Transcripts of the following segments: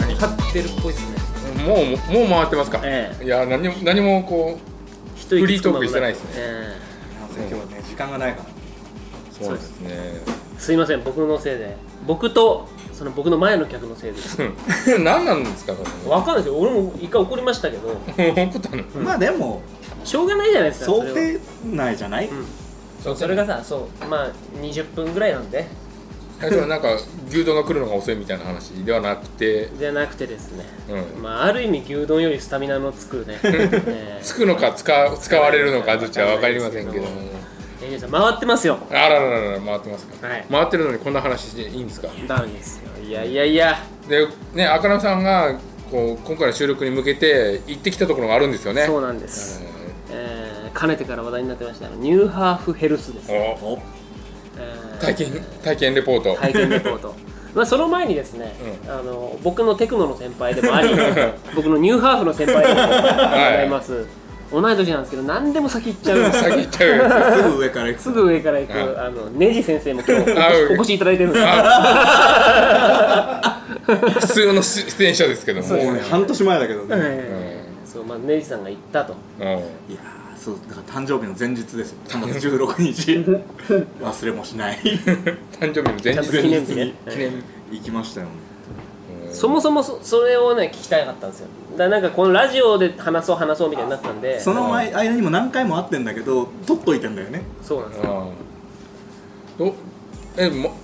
何買ってるっぽいですねもうもう回ってますか、えいや何も何もこ一息つく間もフリートークしてないですねえ今日はね時間がないからうそうですねえすいません僕のせいで僕とその僕の前の客のせいで 何なんですかそわかんないですよ俺も一回怒りましたけどれ怒ったのまあでもしょうがないじゃないですか想それは定内じゃないうんそうそれがさそうまあ20分ぐらいなんで最初はなんか牛丼が来るのが遅いみたいな話ではなくて、じゃなくてですね、うん、まあ、ある意味牛丼よりスタミナのつく ねえつくのか使う使われるのかどっちは分かりませんけどもえエイジさん回ってますよあらららら回ってますか、はい回ってるのにこんな話していいんですかダメですよいやいやいや、でね赤野さんがこう今回の収録に向けて行ってきたところがあるんですよねそうなんです、えーかねてから話題になってましたニューハーフヘルスです、うんえおー体験体験レポート、体験レポート まあその前にですね、あの僕のテクノの先輩でもあり 僕のニューハーフの先輩でもございます、同い年なんですけど何でも先行っちゃう先行っちゃうよすぐ上から行くすぐ上から行く、うんあのネジ先生も今日あお越しいただいてるんです普通の出演者ですけどもそうですもうね半年前だけどね、ええそうまあネジさんが行ったとういやーそうだから誕生日の前日ですよ3月16日忘れもしない ん誕生日の前ちゃん日と前記日念日前ね日ええ記念日行きましたよねそもそもそそれをね聞きたかったんですよだからなんかこのラジオで話そう話そうみたいになったんでその前間にも何回も会ってんだけど取っといてんだよねそうなんですよああどえも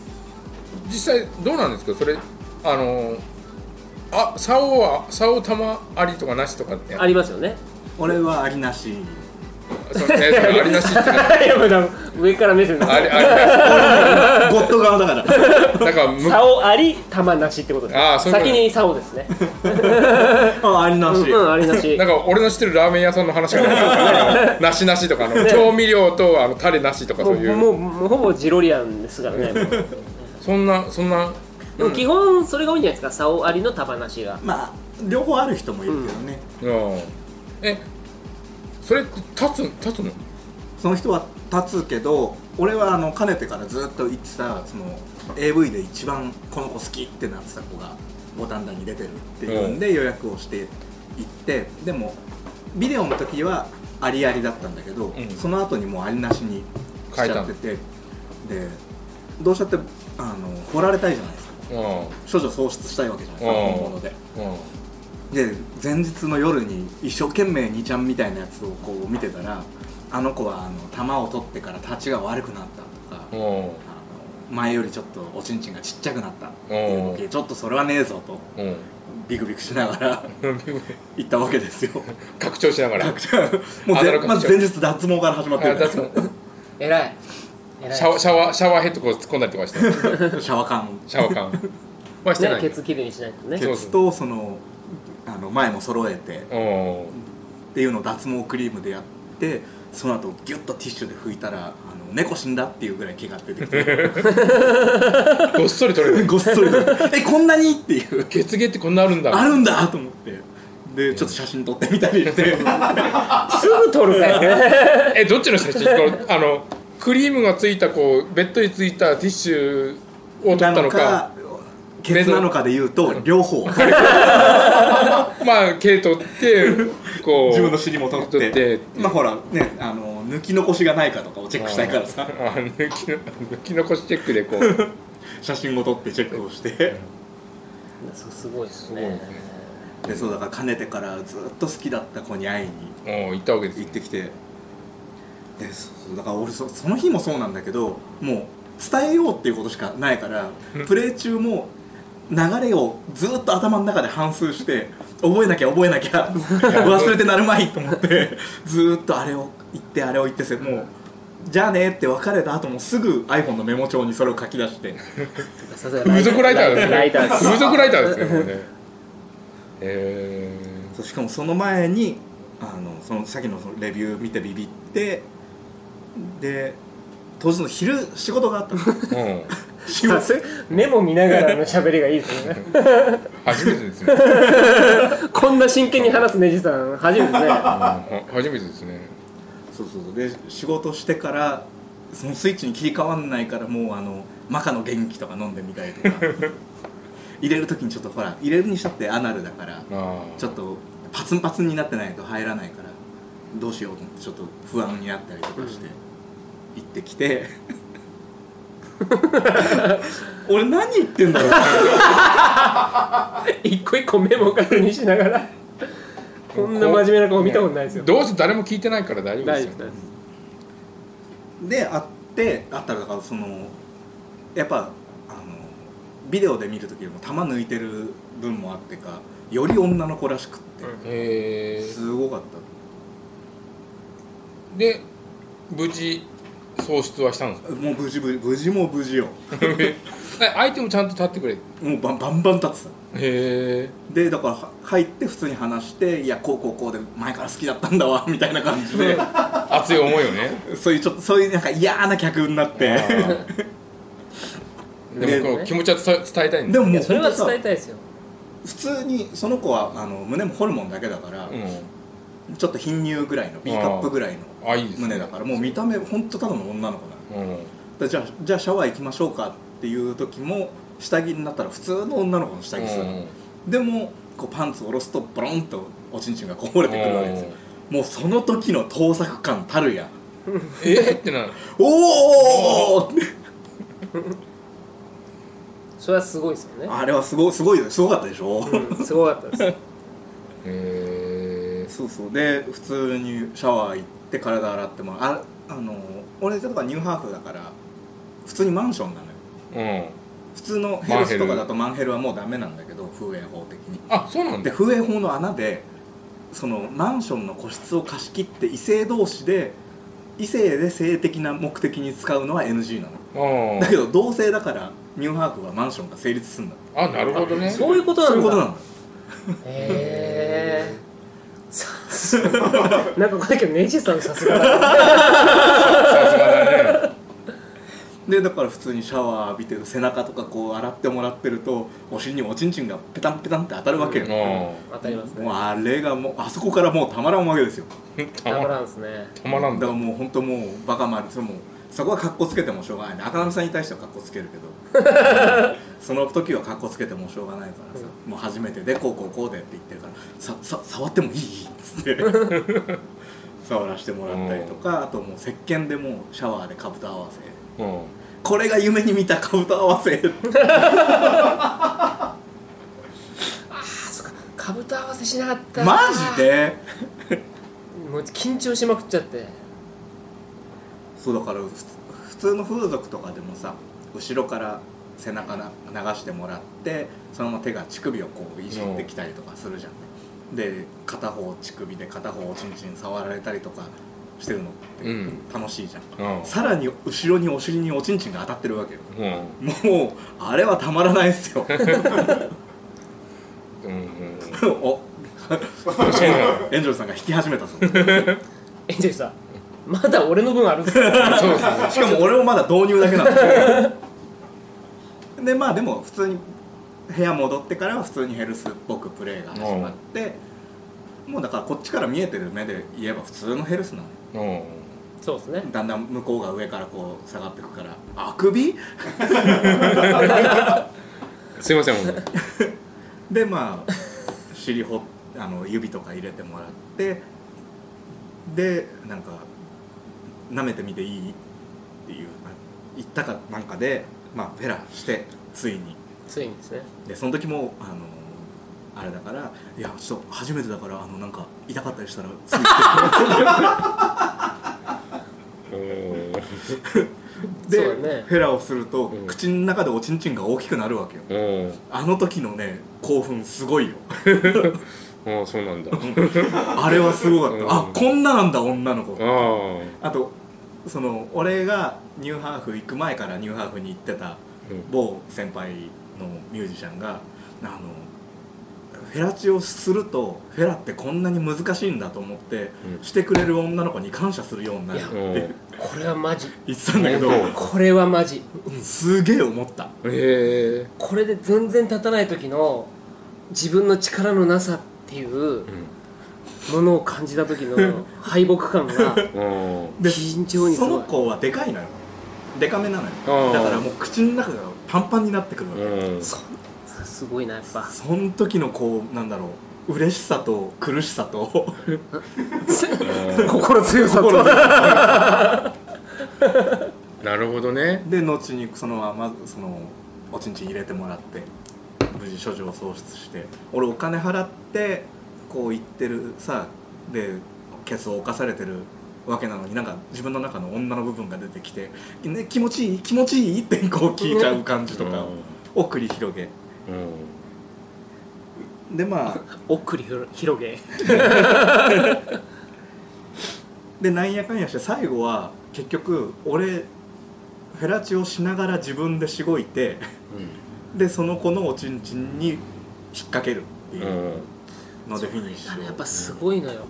実際どうなんですかそれあのあ竿は竿玉ありとかなしとかってやありますよね 俺はありなしそのねそれありなしって いやまだ上から目線あだりあゴッド側だから りなしだからむ竿あり玉なしってことですねああそういうこと先に竿です ねあありなうし、んうんありなしなんか俺の知ってるラーメン屋さんの話がないですかなしなしとかあの調味料とあのタレなしとかもそうういうもうもうほぼジロリアンです からねもうそんなそんなでも基本それが多いんじゃないですか竿ありの玉なしがまあ両方ある人もいるけどね、うんえそれ立つ立つのその人は立つけど俺はあのかねてからずっと言ってたその AV で一番この子好きってなってた子が五反田に出てるっていうんで予約をして行ってでもビデオの時はありありだったんだけど、んその後にもうありなしにしちゃっててでどうしたってあの掘られたいじゃないですかう処女喪失したいわけじゃないですかうん本物で。んうんで前日の夜に一生懸命にちゃんみたいなやつをこう見てたらあの子はあの球を取ってから立ちが悪くなったとか、あのうん前よりちょっとおちんちんがちっちゃくなったっていう時、ちょっとそれはねえぞとうんビクビクしながら 行ったわけ ですよ拡張しながらもうアナロぜグまず前日脱毛から始まってるあ脱毛偉い偉いシャワーシャワーシャワーヘッドこう突っ込んだりとかしてシャワ カンシャワー感はしてなねい、ケツきれいにしないとねそう鉄とそのあの前も揃えてうんっていうのを脱毛クリームでやってその後ギュッとティッシュで拭いたらあの猫死んだっていうぐらい毛が出てきて ごっそり取れるごっそり えこんなにって いう血毛ってこんなあるんだあるんだと思ってでちょっと写真撮ってみたり してすぐ取るからねえどっちの写真このあのクリームがついたこうベッドについたティッシュを取ったなののかかケツなのかで言うと両方まあ毛取ってこう 自分の尻も撮って取ってまあほらねあの抜き残しがないかとかをチェックしたいからさあ抜きの抜き残しチェックでこう写真を撮ってチェックをしてそうすごいですすごいねですでそうだからかねてからずっと好きだった子に会いにもう行ったわけです行ってきてでそうだから俺そその日もそうなんだけどもう伝えようっていうことしかないからプレー中も流れをずっと頭の中で反芻して覚えなきゃ覚えなきゃ忘れてなるまいと思ってずっとあれを言ってあれを言ってせもう。じゃあねって別れた後もすぐ iPhone のメモ帳にそれを書き出してさすが風俗ライターですねライターです風俗ライターですねもうねえそうしかもその前にあのそのさっきのそのレビュー見てビビってで当日の昼仕事があったのー、うん仕さすメモ見ながらの喋りがいいです ね初めてですねこんな真剣に話すねじさん 初めてねあ初めてですねそうそうそうで仕事してからそのスイッチに切り替わんないからもうあのマカの元気とか飲んでみたいとか入れる時にちょっとほら入れるにしたってアナルだからあーちょっとパツンパツンになってないと入らないからどうしようと思ってちょっと不安になったりとかして行ってきて 俺何言ってんだろう一個一個メモ確認しながらこんな真面目な顔見たことないですよどうせ誰も聞いてないから大丈夫で大丈すよ夫ですで会って会ったらだからそのやっぱあのビデオで見る時よりも弾抜いてる分もあってかより女の子らしくって、へえすごかっで無事喪失はしたんですかたもう無事無事無事も無事よえ 相手もちゃんと立ってくれへもうバンバンバン立ってたえでだからは入って普通に話して「いやこうこうこうで前から好きだったんだわ」 みたいな感じで熱い思いをねそういうちょっとそういうなんか嫌な客になってあーでもこう気持ちは伝え伝えたいんでだもいもうやそれは本当伝えさたいですよ普通にその子はあの胸もホルモンだけだから、うんちょっと貧乳ぐらいの B カップぐらいのあいいですね胸だからもう見た目ほんとただの女の子なのうんだじゃあじゃあシャワー行きましょうかっていう時も下着になったら普通の女の子の下着する、うんでもこうパンツを下ろすとボロンとおちんちんがこぼれてくるわけですよもうその時の盗作感たるやえーってなるおおそれはすごいですよねあれはすごいすごいよすごかったでしょ、うんすごかったですへえそうそうで普通にシャワー行って体洗ってもらうああの俺とかニューハーフだから普通にマンションなのようん普通のヘルスとかだとマンヘルはもうダメなんだけど風営法的にあそうなんでだ風営法の穴でそのマンションの個室を貸し切って異性同士で異性で性的な目的に使うのは NG なのうんだけど同性だからニューハーフはマンションが成立するんだあなるほどねそういうことなんだそういうことなんだへえさすがなんかこれだけどネイジさんさすがだなさすがだねでだから普通にシャワー浴びてる背中とかこう洗ってもらってるとお尻におちんちんがペタンペタンって当たるわけよ、うう当たりますねもうあれがもうあそこからもうたまらんわけですよんたたままらんらんですねたまらんだからだもう本当もうバカ丸それもうそこは格好つけてもしょうがないね赤波さんに対しては格好つけるけど その時は格好つけてもしょうがないからさ、もう初めてでこうこうこうでって言ってるからささ触ってもいいっつって 触らせてもらったりとか、あともう石鹸でもうシャワーでかぶと合わせうんこれが夢に見たかぶと合わせあそっかかぶと合わせしなかったマジでもう緊張しまくっちゃってそうだからふつ普通の風俗とかでもさ後ろから背中な流してもらってそのまま手が乳首をこういじってきたりとかするじゃん、で片方乳首で片方おちんちん触られたりとかしてるのうっんて楽しいじゃん、うんさらに後ろにお尻におちんちんが当たってるわけようんもうあれはたまらないっすよ うんうんおそうなのエンジョルさんが引き始めたぞエンジェルさんまだ俺の分あるんですかそうですね しかも俺もまだ導入だけなんだけどでまあでも普通に部屋戻ってからは普通にヘルスっぽくプレーが始まって、もうだからこっちから見えてる目で言えば普通のヘルスなのようんそうですねだんだん向こうが上からこう下がってくからあくびすいません本当に でまあ尻ほ あの指とか入れてもらってでなんか「舐めてみていい?」っていうまあ言ったかなんかでまあペラしてついに。ついにですねでその時もあのあれだからいやちょっと初めてだからあのなんか痛かったりしたらついうんてそうだで、ねフェラをすると、うん口の中でおちんちんが大きくなるわけようんあの時のね興奮すごいよああそうなんだあれはすごかった、うんあこんななんだ女の子ああとその俺がニューハーフ行く前からニューハーフに行ってた某先輩のミュージシャンがあのフェラチオするとフェラってこんなに難しいんだと思って、うんしてくれる女の子に感謝するようになるってあうんへこれはマジ言ってたんだけど、うんこれはマジうんすげえ思ったえこれで全然立たない時の自分の力のなさっていうものを感じた時の敗北感がうんで非常にすそごいの子はでかいのよデカめなのうんよだからもう口の中がパンパンになってくるわけ、うんそすごいなやっぱその時のこうなんだろう嬉しさと苦しさと心強さと心なるほどねで後にそのまずそのおちんちん入れてもらって無事処女を喪失して俺お金払ってこう行ってるさでケツを犯されてるわけなのになんか自分の中の女の部分が出てきて、ね、気持ちいい気持ちいいってこう聞いちゃう感じとかを繰り広げうんでまあ奥に広げでなんやかんやして最後は結局俺フェラチオしながら自分でしごいてでその子のおちんちんに引っ掛けるってういんう。うんのでフィニッシあのやっュぱすごいのよ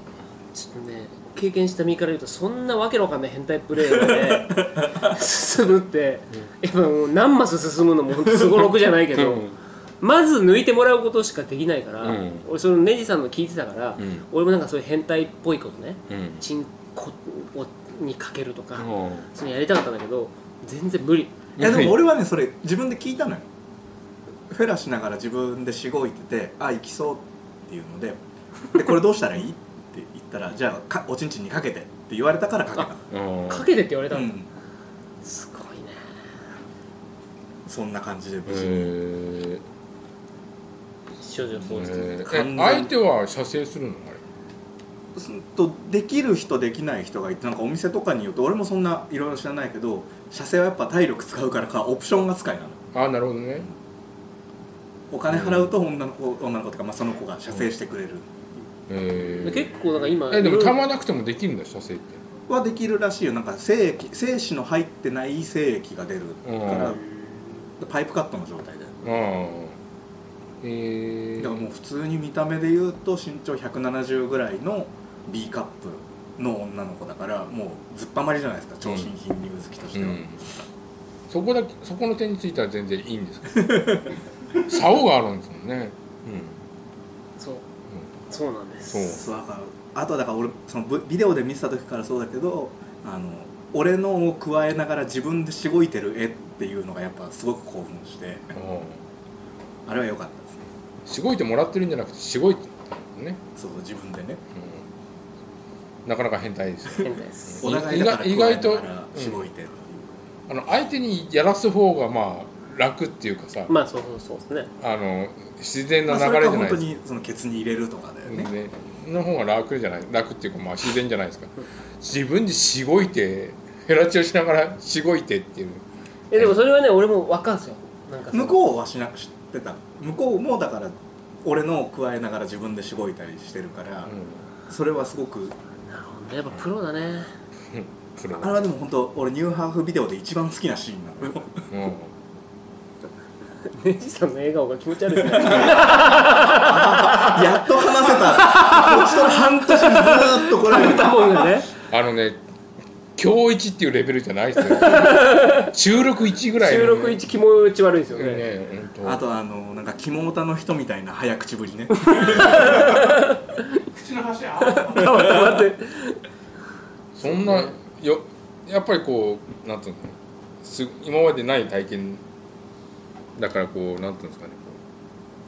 ちょっとね経験した身から言うとそんなわけのわかんない変態プレイで 進むって、やっぱもう何マス進むのもほんとすごろくじゃないけど、うんまず抜いてもらうことしかできないから、うん俺そのネジさんの聞いてたから、うん俺もなんかそういう変態っぽいことねうんチンコをにかけるとか、うんそういうのやりたかったんだけど全然無理いやでも俺はねそれ自分で聞いたのよフェラしながら自分でしごいててあ行きそうっていうのででこれどうしたらいいって言ったらじゃあかおちんちんにかけてって言われたからかけうんかけてって言われたた、うんだ、ん、すごいねそんな感じでえ無事にー少女えそうですねー完全えに相手は射精するのあれするとできる人できない人がいてなんかお店とかによって俺もそんないろいろ知らないけど射精はやっぱ体力使うからかオプション扱いなのあなるほどねお金払うと女の子女の子とか、まあ、その子が射精してくれる、えー結構なんか今えでいろもいろたまなくてもできるんだ射精ってはできるらしいよなんか精液精子の入ってない精液が出るから、パイプカットの状態でああえだからーもう普通に見た目で言うと身長170ぐらいの B カップの女の子だからもうずっぱまりじゃないですか超新品ニュー好きとしてうは、んそこだけそこの点については全然いいんです けど竿があるんですもんねそう、そうなんですそそううだからあとだから俺そのブビデオで見てた時からそうだけどあの俺のを加えながら自分でしごいてる絵っていうのがやっぱすごく興奮してうんあああれは良かったですねしごいてもらってるんじゃなくてしごいてたんだね、そう自分でねうん、なかなか変態ですよ変態ですお互いだから加え意外とながらしごいてるっていうあの相手にやらす方がまあ楽っていうかさ、まあそうそうそうですねあの自然なまあ、そ流れれかじゃ本ない当ですかにそのケツに入れるとかだよね、ね、の方が楽じゃない楽っていうかまあ自然じゃないですか自分でしごいてヘラチオしながらしごいてっていうえでもそれはね俺も分かるんですよなんかその向こうはしなく知ってた向こうもだから俺のを加えながら自分でしごいたりしてるから、それはすごくなるほどねやっぱプロだねプロあれはでも本当俺ニューハーフビデオで一番好きなシーンなの ようんネジさんの笑顔が気持ち悪いですね やっと話せたこっちと半年ずーっとこれ歌本がねあのね今日1っていうレベルじゃないですよ収録1ぐらいのね 収録一気持ち悪いですよねねほんとあとあのなんか肝オタの人みたいな早口ぶりね 口の端ああ 待って待ってそんなよやっぱりこうなんていうのす今までない体験だからこうなんていうんですかねこ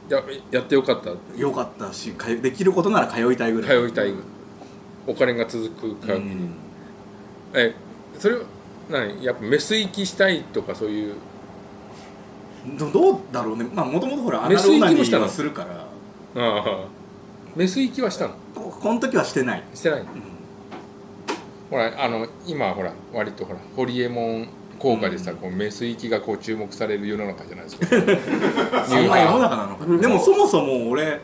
うややってよかったよかったし通いできることなら通いたいぐらい通いたいお金が続くう限り、んえそれ何やっぱメス行きしたいとかそういうどどうだろうねまあもともとほらアナメスロ行ナきニもしたーのはするからああメス行きはしたのここの時はしてない、してないうんほらあの今ほら割とほらホリエモン効果でさ、こうメス行きがこう注目される世の中じゃないですかニュそんーな世のハ中なのかでもそもそも俺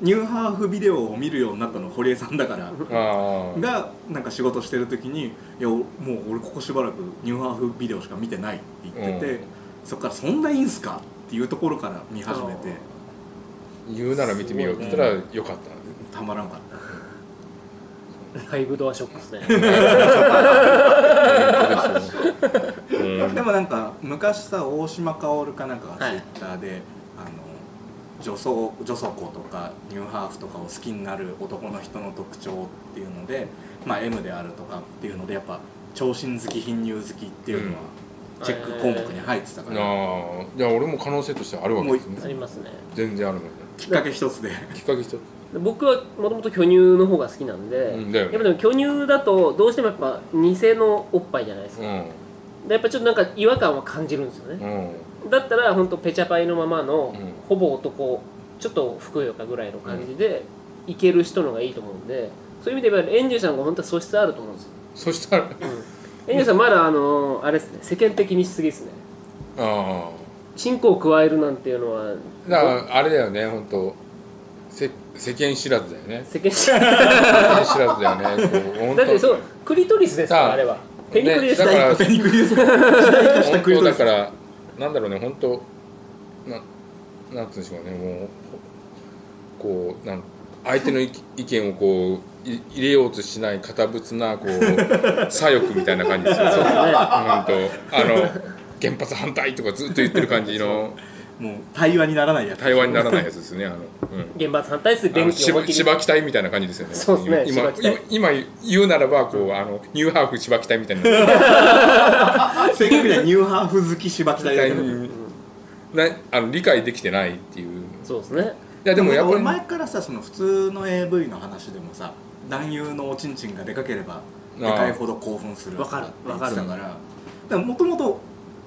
ニューハーフビデオを見るようになったの堀江さんだからーフああがなんか仕事してる時に「いやもう俺ここしばらくニューハーフビデオしか見てない」って言ってて、うんそっから「そんないいんすか?」っていうところから見始めて言うなら見てみようって言ったらよかったんでたまらんかったライブドアショックですねでもなんか昔さ大島薫かなんかがツイはいッターで、あの女装女装子とかニューハーフとかを好きになる男の人の特徴っていうので、まあ、M であるとかっていうのでやっぱ長身好き貧乳好きっていうのはチェック項目に入ってた から、ああいや俺も可能性としてはあるわけですあねりますね全然あるもんねきっかけ一つできっかけ一つで僕はもともと巨乳の方が好きなんで、うんだよやっねぱでも巨乳だとどうしてもやっぱ偽のおっぱいじゃないですうか、んでやっぱちょっとなんか違和感は感じるんですよね、うんだったら本当ペチャパイのままの、うんほぼ男ちょっとふくよかぐらいの感じで、いける人のがいいと思うんでそういう意味で言えばエンジュさんが本当は素質あると思うんですよ、そしたらエンジュさんまだあのあれですね世間的にしすぎですねあチンコを加えるなんていうのはあだからあれだよね本当せ世間知らずだよね 世間的世間知らずだよねこう本だ当ってそうクリトリスですからさああれはペニクリですねだ からペニクリですから時代化した本クリ当トリだスからなんだろうね本当ななんつうんでしょうねもうこうなん相手の意意見をこうい入れようとしない堅物なこう左翼みたいな感じですよ。そうね本当あの原発反対とかずっと言ってる感じのもう対話にならないやつ対話にならないやつですねあの。うん原発反対するあ電の気を思いっ芝きり芝北みたいな感じですよね。そうですね今芝北今今言うならばこうあのニューハーフ芝北みたいな。正確にはニューハーフ好き芝木隊だけどなあの理解できてないっていう。いそうですねやでもやっぱ俺り前からさその普通の AV の話でもさ男優のおちんちんがでかければでかいほど興奮するわかるわかるだからでももともと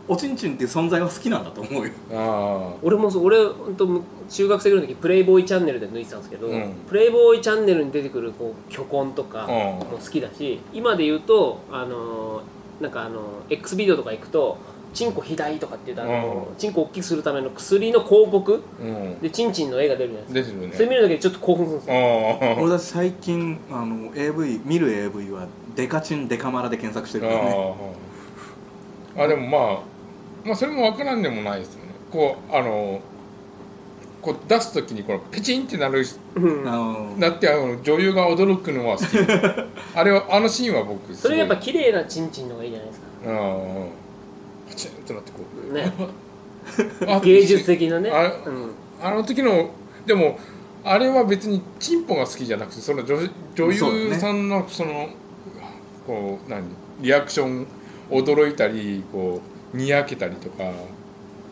おちんちんっていう存在は好きなんだと思うよあ俺もそう俺ほんとむ中学生ぐらいの時プレイボーイチャンネルで抜いてたんですけど、うんプレイボーイチャンネルに出てくるこう巨根とかんも好きだし、今で言うとあのーなんかあのー X ビデオとか行くとチンコ肥大とかって言うとあのー、うチンコ大きくするための薬の広告あ、うん、でチンチンの絵が出るじゃないでですよね。すか、それ見るだけでちょっと興奮するんですよあ俺だって最近あの AV 見る AV はデカチンデカマラで検索してるからねあ、ああ、でもまあ、まあそれもわからんでもないですよね。こうあのこう出すときにこのペチンってなるうんあのなってあの女優が驚くのは好 き。あれはあのシーンは僕すそれごい。がやっぱ綺麗なチンチンの方がいいじゃないですかうんうん。パチンとなってこう。ね あ芸術的なねあれうんあの時のでもあれは別にチンポが好きじゃなくてその女女優さんのそのこう何リアクション驚いたりこうにやけたりとか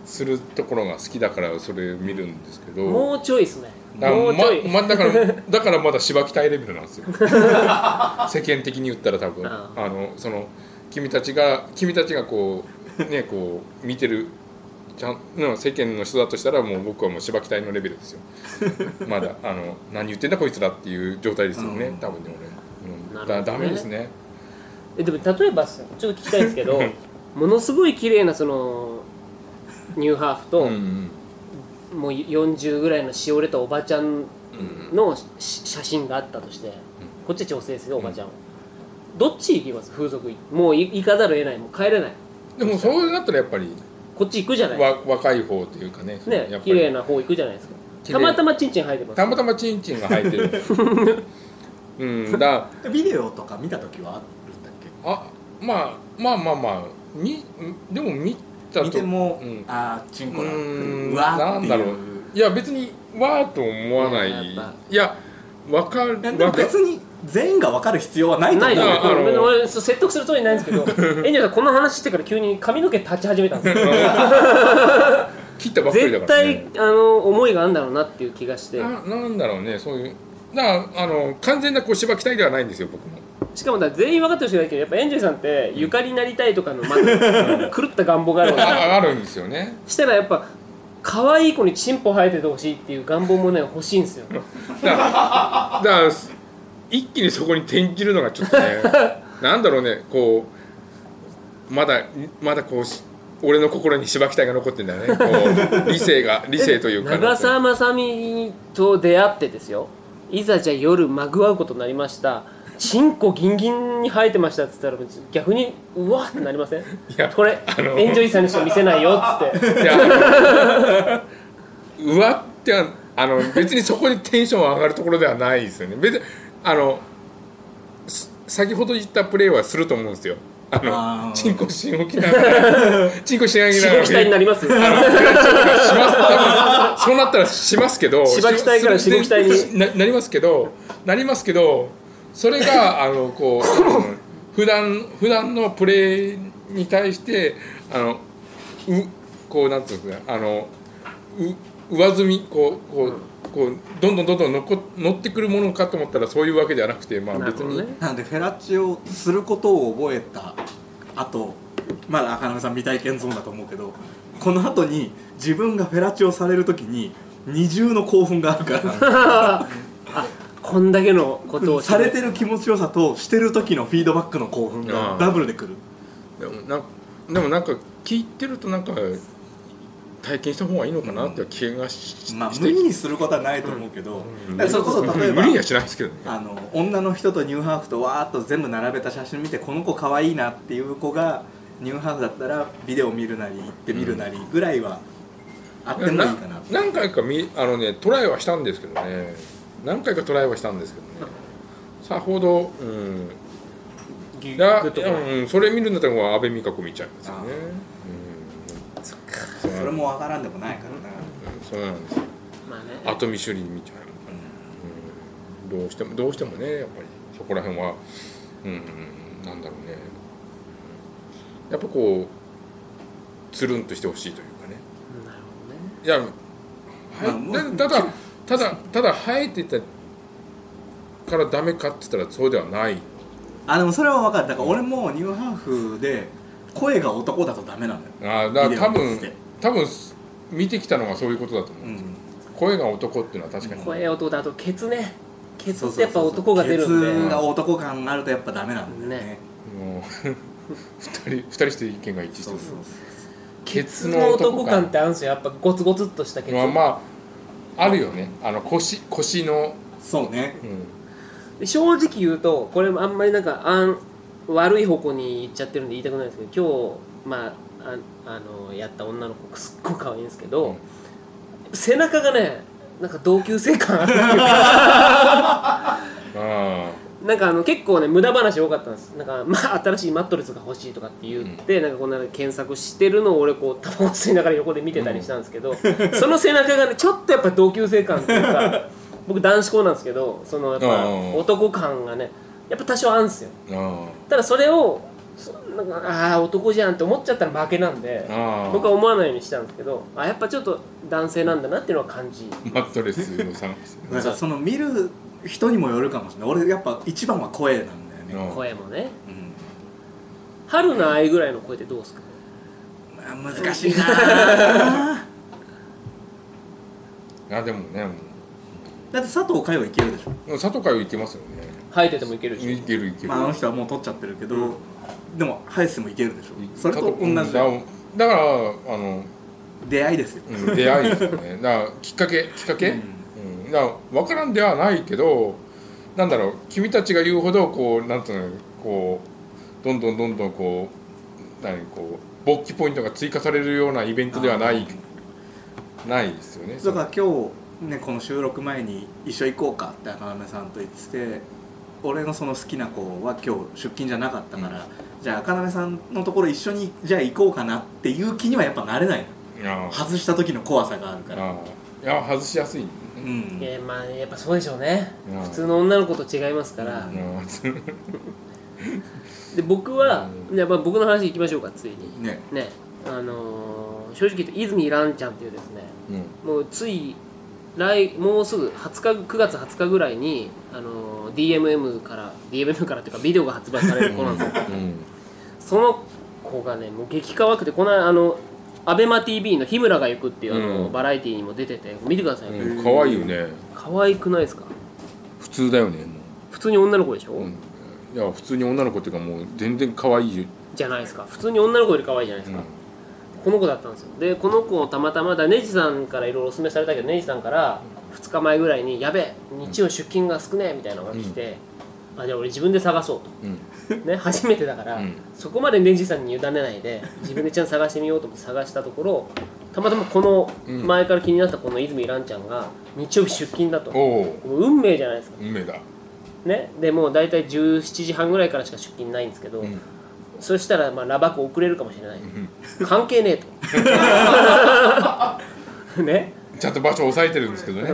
するところが好きだからそれ見るんですけど。もうちょいですねだからもうちょい、ままだからだからまだ芝北レベルなんです よ世間的に言ったら多分ああのその君たちが君たちがこうねこう見てるちゃんの世間の人だとしたらもう僕はもう芝北のレベルですよまだあの何言ってんだこいつらっていう状態ですよね、うん多分ね俺、うん、なるほだどねダメですねえでも例えばっすよちょっと聞きたいんですけどものすごい綺麗なそのニューハーフと、うんうんもう40ぐらいのしおれたおばちゃんうんのし写真があったとして、こっちは女性ですよおばちゃんは、どっち行きます風俗行もうい行かざるを得ないもう帰れないでもそうなったらやっぱりこっち行くじゃないわ若い方というかねやっぱねり綺麗な方行くじゃないですか綺麗たまたまチンチン生えてますたまたまチンチンが生え てるうんだビデオとか見た時はあるんだっけあまあまあまあまあみでも見たと見ても、うんああチンコだうーんうわーっていうなんだろういや別にわーと思わないいややっぱいやわかるいやでもわか別に全員が分かる必要はないとな思いうのあよあの俺俺そう説得するつもりないんです けどエンジェルさんこの話してから急に髪の毛立ち始めたんですよ切 ったばっかりだ絶から、対ね、あの思いがあるんだろうなっていう気がしてななんだろうねそういうだからあの完全なこう芝期待ではないんですよ僕もしかもだから全員分かってほしくないけどやっぱエンジェルさんってゆかりになりたいとかの、まあ、狂った願望があるわけあああるんですよね したらやっぱ可愛い子にチンポ生えててほしいっていう願望もね欲しいん ですよだからだから一気にそこに転じるのがちょっとねなんだろうねこうまだまだこうし俺の心に芝期待が残ってんだよねこう理性が理性というか長澤まさみと出会ってですよいざじゃあ夜まぐわうことになりましたチンコギンギンに生えてましたっつったら逆にうわってなりませんやこれあのエンジョイさんにしか見せないよっ つっていやうわってはあの別にそこでテンション上がるところではないですよね別にあのす先ほど言ったプレーはすると思うんですよああーのチンコしごきながらチンコしながらしごきたいになり ますよします多分そうなったらしますけどしばきたいからしごきたいにななりますけどなりますけどそれがあのこう普段普段のプレーに対してあのうこうなんつうんですかあのう上積みこうこう、こうどんどんどんどんのこ乗ってくるものかと思ったらそういうわけじゃなくてまあなる別ほどに、ねなのでフェラッチをすることを覚えたあとまだ赤波さん未体験ゾーンだと思うけどこの後に自分がフェラッチをされる時に二重の興奮があるかこんだけのことをらされてるる気持ちよさとしてる時のフィードバックの興奮あがーダブルでくるでもなんでもなんか聞いてるとなんか体験した方がいいのかなっていう気がし,、まあして無理にすることはないと思うけど、うんだからそれこそ例えば無理にはしないですけどねあの女の人とニューハーフとわーっと全部並べた写真見てこの子可愛いなっていう子がニューハーフだったらビデオ見るなり行ってみるなりぐらいはあってもいいかなな何回かみあのねトライはしたんですけどね何回かトライはしたんですけどねさほどうんギだュッとかうん、それ見るんだったら阿部美香子見ちゃいますよねそれもわからんでもないからなうんそうなんですよまあね後見処理見ちゃう、うん、どうしてもどうしてもねやっぱりそこら辺はうんなんだろうねやっぱこうつるんとしてほしいというかねなるいや、はまあもいうだただただただ生えてたからダメかって言ったらそうではないあでもそれはわかるだから俺もニューハーフで声が男だとダメなんだよ、あーだから多ビ分デオに映って多分見てきたのがそういうことだと思う、うん、声が男っていうのは確かに、ほどね声音だとケツねケツそうってそうやっぱ男が出るんでケツが男感があるとやっぱダメなんだよねねもう 二人二人して意見が一致してそうるそうケツの男感ってあるんですよやっぱゴツゴツっとしたケツ、まあまああるよねあの腰腰の、そうそうねうん、で正直言うとこれもあんまりなんかあん悪い方向に行っちゃってるんで言いたくないんですけど今日、まあ、ああのやった女の子すっごい可愛いんですけど、背中がねなんか同級生感あるっていうかあなんかあの結構ね無駄話多かったんですなんか、まあ、新しいマットレスが欲しいとかって言って、なんかこんなの検索してるのを俺こうタバコ吸いながら横で見てたりしたんですけど、その背中がねちょっとやっぱ同級生感っていう か僕男子校なんですけどそのやっぱうん男感がねやっぱ多少あるんですよああただそれをそなんかああ男じゃんって思っちゃったら負けなんであああ僕は思わないようにしたんですけどあやっぱちょっと男性なんだなっていうのは感じマットレスの探しだからその見る人にもよるかもしれない俺やっぱ一番は声なんだよね、あ声もねうん春の愛ぐらいの声ってどうですかまあ、難しい なあでもねもだって佐藤海はいけるでしょ、う佐藤海はいけますよね吐いててもいけるいしけるいける、まあ、あの人はもう取っちゃってるけど、うでもハイスもいけるでしょそれと同うじんだだよだからあの、出会いですよ、うん、出会いですよ ねだからきっかけきっかけ、ううんんだから分からんではないけどなんだろう君たちが言うほどこうなんていうのこうどんどんどんどんこう何こう勃起ポイントが追加されるようなイベントではないないですよねだから今日、ね、この収録前に一緒行こうかって赤目さんと言ってて俺のその好きな子は今日出勤じゃなかったから、じゃあ赤目さんのところ一緒にじゃあ行こうかなっていう気にはやっぱなれないいや外した時の怖さがあるから、あいや外しやすい、ねうんいやまあやっぱそうでしょうねうん普通の女の子と違いますからうんあで僕はうんやっぱ僕の話いきましょうかついにねねあのー正直言うと泉蘭ちゃんっていうですねうんもうつい来もうすぐ20日9月20日ぐらいにあの DMM から DMM からっていうかビデオが発売される子なんですよその子がねもう激可愛くてこの間あのアベマ t v の日村が行くっていうあの、うんバラエティーにも出てて見てください、うん、可愛いよね可愛くないですか普通だよねも普通に女の子でしょ、う、うん、いや普通に女の子っていうかもう全然可愛いよ、じゃないですか普通に女の子より可愛いじゃないですか、この子だったんですよでこの子をたまたまだネジさんからいろいろお勧めされたけどネジさんから2日前ぐらいに「やべえ日曜出勤が少ねえ」みたいなのが来て、あじゃあ俺自分で探 そううんうんと、ね、初めてだから、うんそこまでネジさんに委ねないで自分でちゃんと探してみようと思って探したところたまたまこのうん前から気になったこの泉蘭ちゃんが日曜日出勤だと、もおおう運命じゃないですか運命だ、ねでもう大体17時半ぐらいからしか出勤ないんですけど、うんそしたらまあラバコ遅れるかもしれない、ん関係ねえとね ちゃんと場所押さえてるんですけどね、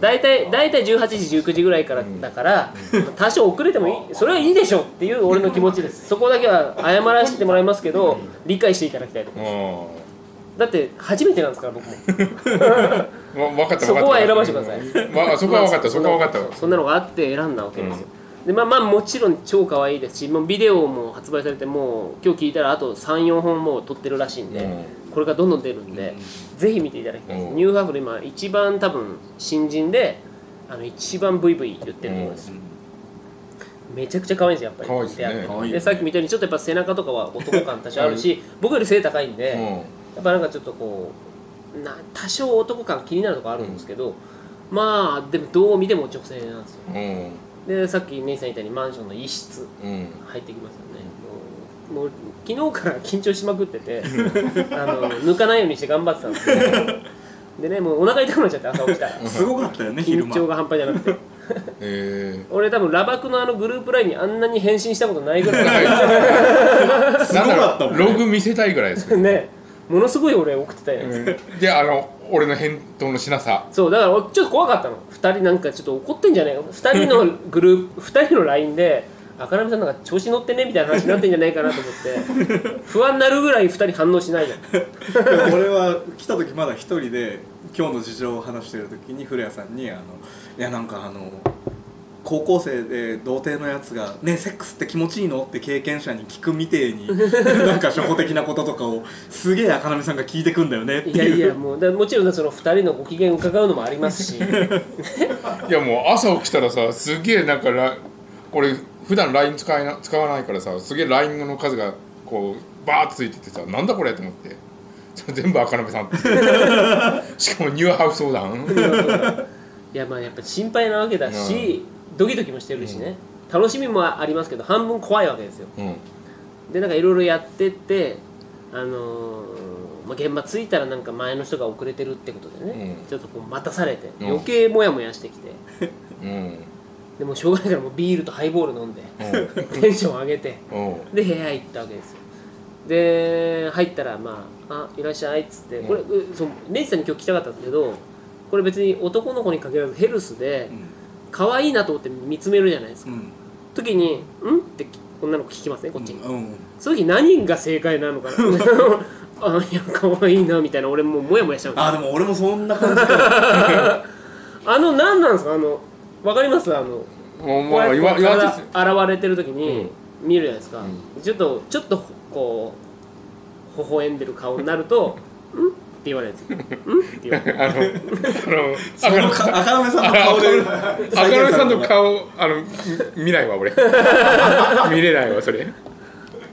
大体大体18時19時ぐらいからだから、多少遅れてもいいそれはいいでしょっていう俺の気持ちですそこだけは謝らせてもらいますけど理解していただきたいとうだって初めてなんですから僕もんわ分かった分かったそこは選ばせてくださいわそこは分かったそこは分かったそんなのがあって選んだわけですよ、でまあまあもちろん超可愛いですしもうビデオも発売されてもう今日聞いたらあと34本もう撮ってるらしいんで、うこれからどんどん出るんで、ぜひ見ていただきたいです、うんニューハーフで今一番多分新人であの一番ブイブイ言ってると思います、めちゃくちゃ可愛いんですよやっぱり可愛いですね手可が愛いよねでさっきみたいにちょっとやっぱ背中とかは男感多少あるし、僕より背高いんで、うんやっぱなんかちょっとこうな多少男感気になるとこあるんですけど、まあでもどう見ても女性なんですようんでさっき姉さん言ったようにマンションの一室うん入ってきますよねもうもう昨日から緊張しまくって てあの抜かないようにして頑張ってたんですけどでねもうお腹痛くなっちゃって朝起きたらすごかったよね昼緊間張が半端じゃなくてえ俺多分ラバクのあのグループラインにあんなに返信したことないぐらい ー、すごかったもんねログ見せたいぐらいですけど、ねものすごい俺送ってたやつ、うんであの俺の返答のしなさそうだから俺ちょっと怖かったの2人なんかちょっと怒ってんじゃねえか2人のグループ2人の LINE で赤波さんなんか調子乗ってねみたいな話になってんじゃないかなと思って不安になるぐらい2人反応しないじゃ ん俺は来た時まだ一人で今日の事情を話してる時に古谷さんに「あのいやなんかあの高校生で童貞のやつが「ねえセックスって気持ちいいの?」って経験者に聞くみてえに なんか初歩的なこととかをすげえ赤波さんが聞いてくんだよねっていやいいうやもうだもちろんその2人のご機嫌伺うのもありますしいやもう朝起きたらさすげえなんかラ俺普段 LINE 使いな使わないからさすげえ LINE の数がこうバーッとついててさなんだこれと思ってそれ全部赤鍋さんって しかもニューハーフ相談いやまあやっぱ心配なわけだし、ドキドキもしてるしね、楽しみもありますけど半分怖いわけですようんでなんかいろいろやってってあのーまあ、現場着いたらなんか前の人が遅れてるってことでね、うんちょっとこう待たされてうん余計モヤモヤしてきて、うんでもうしょうがないからもうビールとハイボール飲 んでうんテンション上げてうんで部屋行ったわけですよで入ったらまあ「あいらっしゃい」っつってこれ、うそのレイジさんに今日来たかったんだけどこれ別に男の子に限らずヘルスで可愛いなと思って見つめるじゃないですうか、ん時に「ん?」って女の子聞きますねこっちに。うんうんその時何が正解なのかなあいや可愛いなみたいな俺もうモヤモヤしちゃうあでも俺もそんな感じだあの何なんですかあのわかりますあのもうこうもやっうて言わ言わんとして現れてる時に見るじゃないですか、ちょっとちょっとこう微笑んでる顔になると「ん?」って言われるんですよ「ん?」って言われるあのそあののか赤波さんの顔で赤再鍋現ささんれのた顔あのみ見ないわ俺 見れないわそれ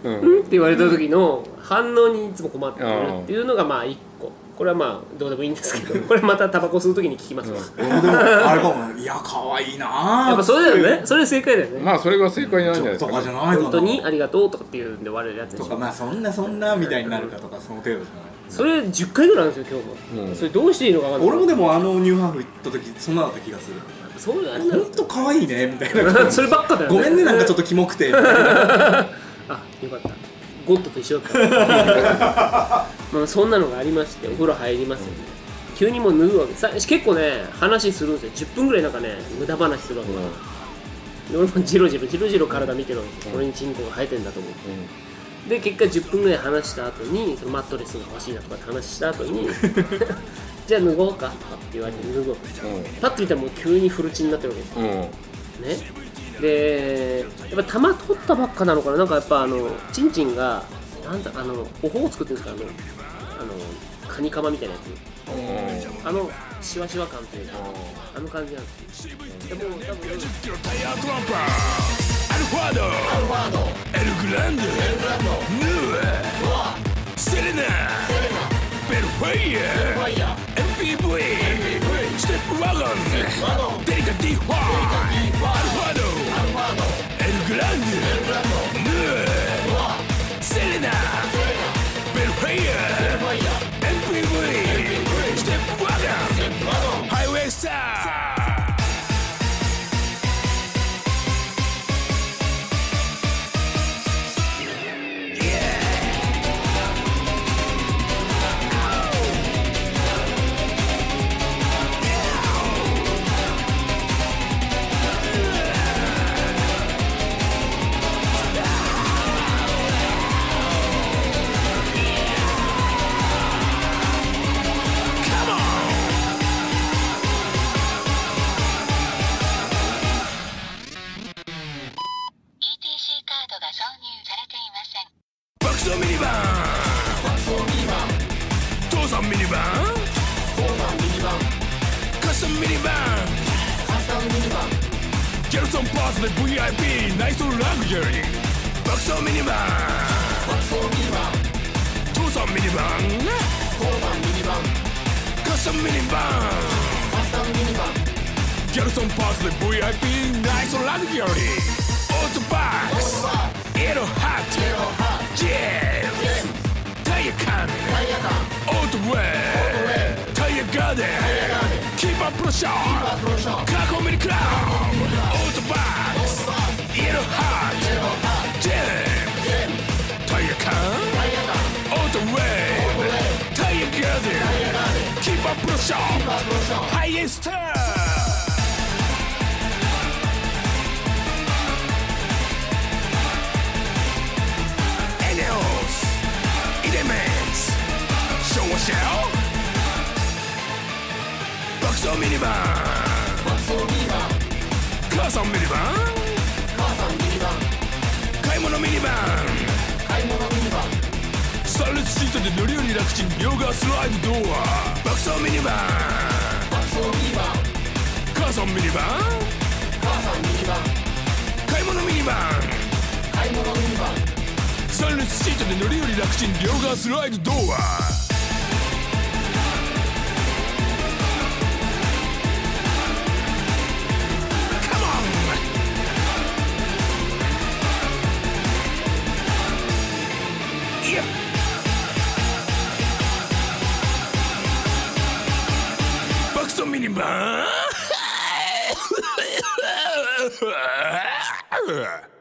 うんって言われた時の反応にいつも困ってるっていうのがまあ一個これはまあどうでもいいんですけどこれまたタバコ吸う時に聞きますわ、俺もでもあれかもねいや可愛いなやっぱそれだよねそれ正解だよねまあそれが正解なんじゃないですとかかねじゃないかな本当にありがとうとかっていうんで終われるやつでとしかょまあそんなそんなみたいになるかとかその程度じゃないそれ10回ぐらいあるんですよ今日も、うんそれどうしていいのか分かんない俺もでもあのニューハーフ行った時そんなだった気がするそういうあれなん本当可愛いねみたい なだそればっかだよねごめんねなんかちょっととキモくてみたいなあよかったゴッドと一緒だったまあそんなのがありましてお風呂入りますよね、急にもう脱ぐわけさ結構ね話するんですよ10分ぐらいなんかね無駄話するわけ、で俺もジロジロジロジロ体見てるわけ、俺にチンコが生えてんだと思うで結果10分ぐらい話した後にそのマットレスが欲しいなとかって話した後にじゃあ脱ごうかとかって言われて脱ごうパッと見たらもう急にフルチンになってるわけですようんうんうんねでやっぱ玉取ったばっかなのかななんかやっぱあのチンチンがなんだあのおほを作ってるんですかあのあのカニカマみたいなやつあのシワシワ感というかあの感じなんですよでも多分キロタイヤトランパーアルファードエルグランドヌーセレナベルファイア MPV ステップワゴンデリカ D5 アルファードエルグランドヌーセレナベルファイア MPV ステップワゴンハイウェイスターミニバンジェルソンパーツで VIP ナイスラグジュアリー爆走ミニバン父さんミニバンカスタムミニバンギャルソンパーツで VIP ナイスラグジュアリーオートバックスエロハットジェルタイヤカンオートウェイタイヤガーデンキーパープロショット囲みにクラブオートバックスイエローハートジェルタイヤカンオートウェイタイヤガーデンキーパープロショットハイエスターエネオスイデメンス昭和シェル爆走ミニバン母さんミニバン買い物ミニバンスタイレスシートで乗るより楽ちん両側スライドドア爆走ミニバン母さんミニバン買い物ミニバンサ ンレスシートで乗るより楽ちん両側スライドドアカモンいや爆走ミニバン